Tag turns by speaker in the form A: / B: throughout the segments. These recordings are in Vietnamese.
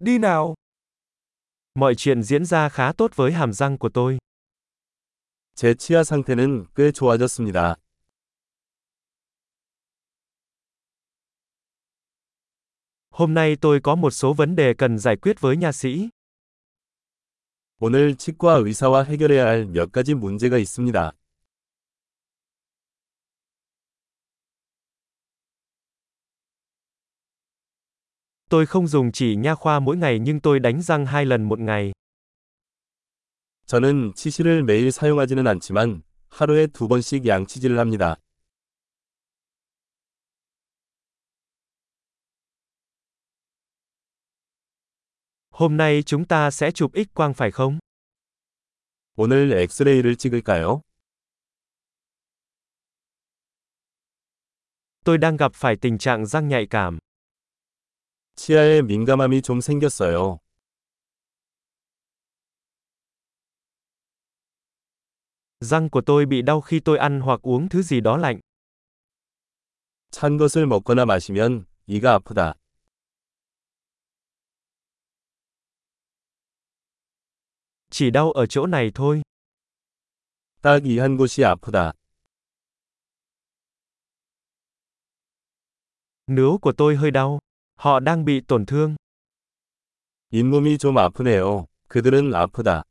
A: đi nào.
B: Mọi chuyện diễn ra khá tốt với hàm răng của tôi.
C: 제 치아 상태는 꽤 좋아졌습니다.
B: Hôm nay tôi có một số vấn đề cần giải quyết với nha sĩ.
C: 오늘 치과 의사와 해결해야 할 몇 가지 문제가 있습니다.
B: Tôi không dùng chỉ nha khoa mỗi ngày nhưng tôi đánh răng hai lần một ngày.
C: 저는 치실을 매일 사용하지는 않지만 하루에 두 번씩 양치질을 합니다.
B: Hôm nay chúng ta sẽ chụp X quang phải không?
C: 오늘 엑스레이를 찍을까요?
B: Tôi đang gặp phải tình trạng răng nhạy cảm.
C: 치아에 민감함이 좀 생겼어요.
B: Răng của tôi bị đau khi tôi ăn hoặc uống thứ gì đó lạnh.
C: 찬 것을 먹거나 마시면 이가 아프다.
B: Chỉ đau ở chỗ này thôi.
C: 딱 이 한 곳이 아프다.
B: Nướu của tôi hơi đau. Họ đang bị tổn thương.
C: 잇몸이 좀 아프네요. 그들은 아프다.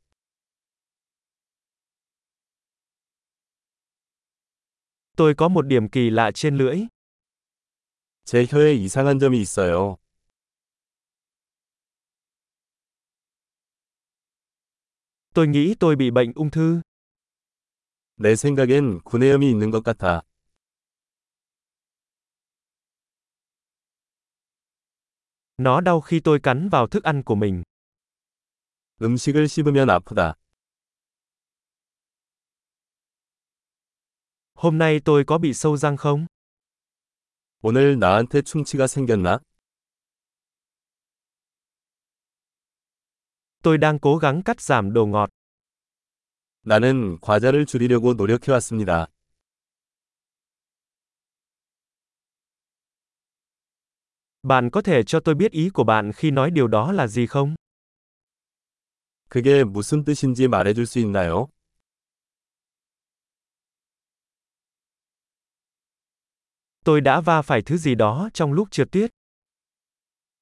B: Tôi có một điểm kỳ lạ trên lưỡi.
C: 제 혀에 이상한 점이 있어요.
B: Tôi nghĩ tôi bị bệnh ung thư.
C: 내 생각엔 구내염이 있는 것 같아.
B: Nó đau khi tôi cắn vào thức ăn của mình.
C: 음식을 씹으면 아프다.
B: Hôm nay tôi có bị sâu răng không?
C: 오늘 나한테 충치가 생겼나?
B: Tôi đang cố gắng cắt giảm đồ ngọt.
C: 나는 과자를 줄이려고 노력해 왔습니다.
B: Bạn có thể cho tôi biết ý của bạn khi nói điều đó là gì không?
C: 그게 무슨 뜻인지 말해줄 수 있나요?
B: Tôi đã va phải thứ gì đó trong lúc trượt tuyết.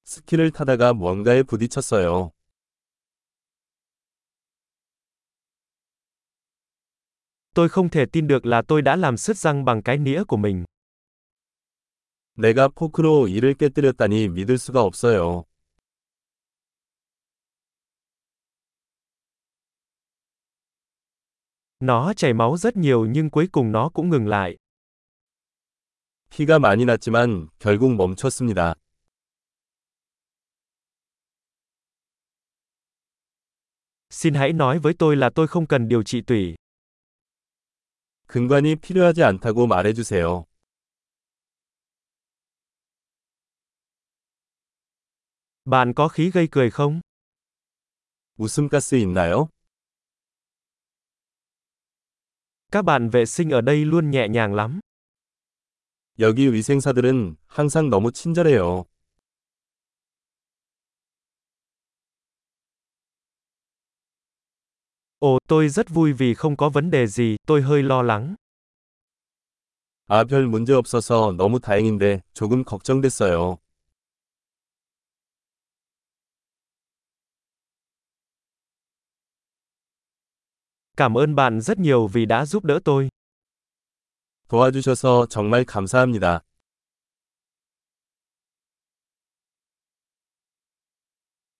C: 스키를 타다가 뭔가에 부딪혔어요.
B: Tôi không thể tin được là tôi đã làm sứt răng bằng cái nĩa của mình.
C: 내가 포크로 이를 깨뜨렸다니 믿을 수가 없어요.
B: Nó chảy máu rất nhiều nhưng cuối cùng nó cũng ngừng lại.
C: 피가 많이 났지만 결국 멈췄습니다.
B: Xin hãy nói với tôi là tôi không cần điều trị tủy.
C: 근관이 필요하지 않다고 말해주세요.
B: Bạn có khí gây cười không?
C: 웃음가스 있나요?
B: Các bạn vệ sinh ở đây luôn nhẹ nhàng lắm.
C: 여기 위생사들은 항상 너무 친절해요.
B: Ồ, tôi rất vui vì không có vấn đề gì, tôi hơi lo lắng.
C: 아, 별 문제 없어서 너무 다행인데 조금 걱정됐어요.
B: Cảm ơn bạn rất nhiều vì đã giúp đỡ tôi.
C: 도와주셔서 정말 감사합니다.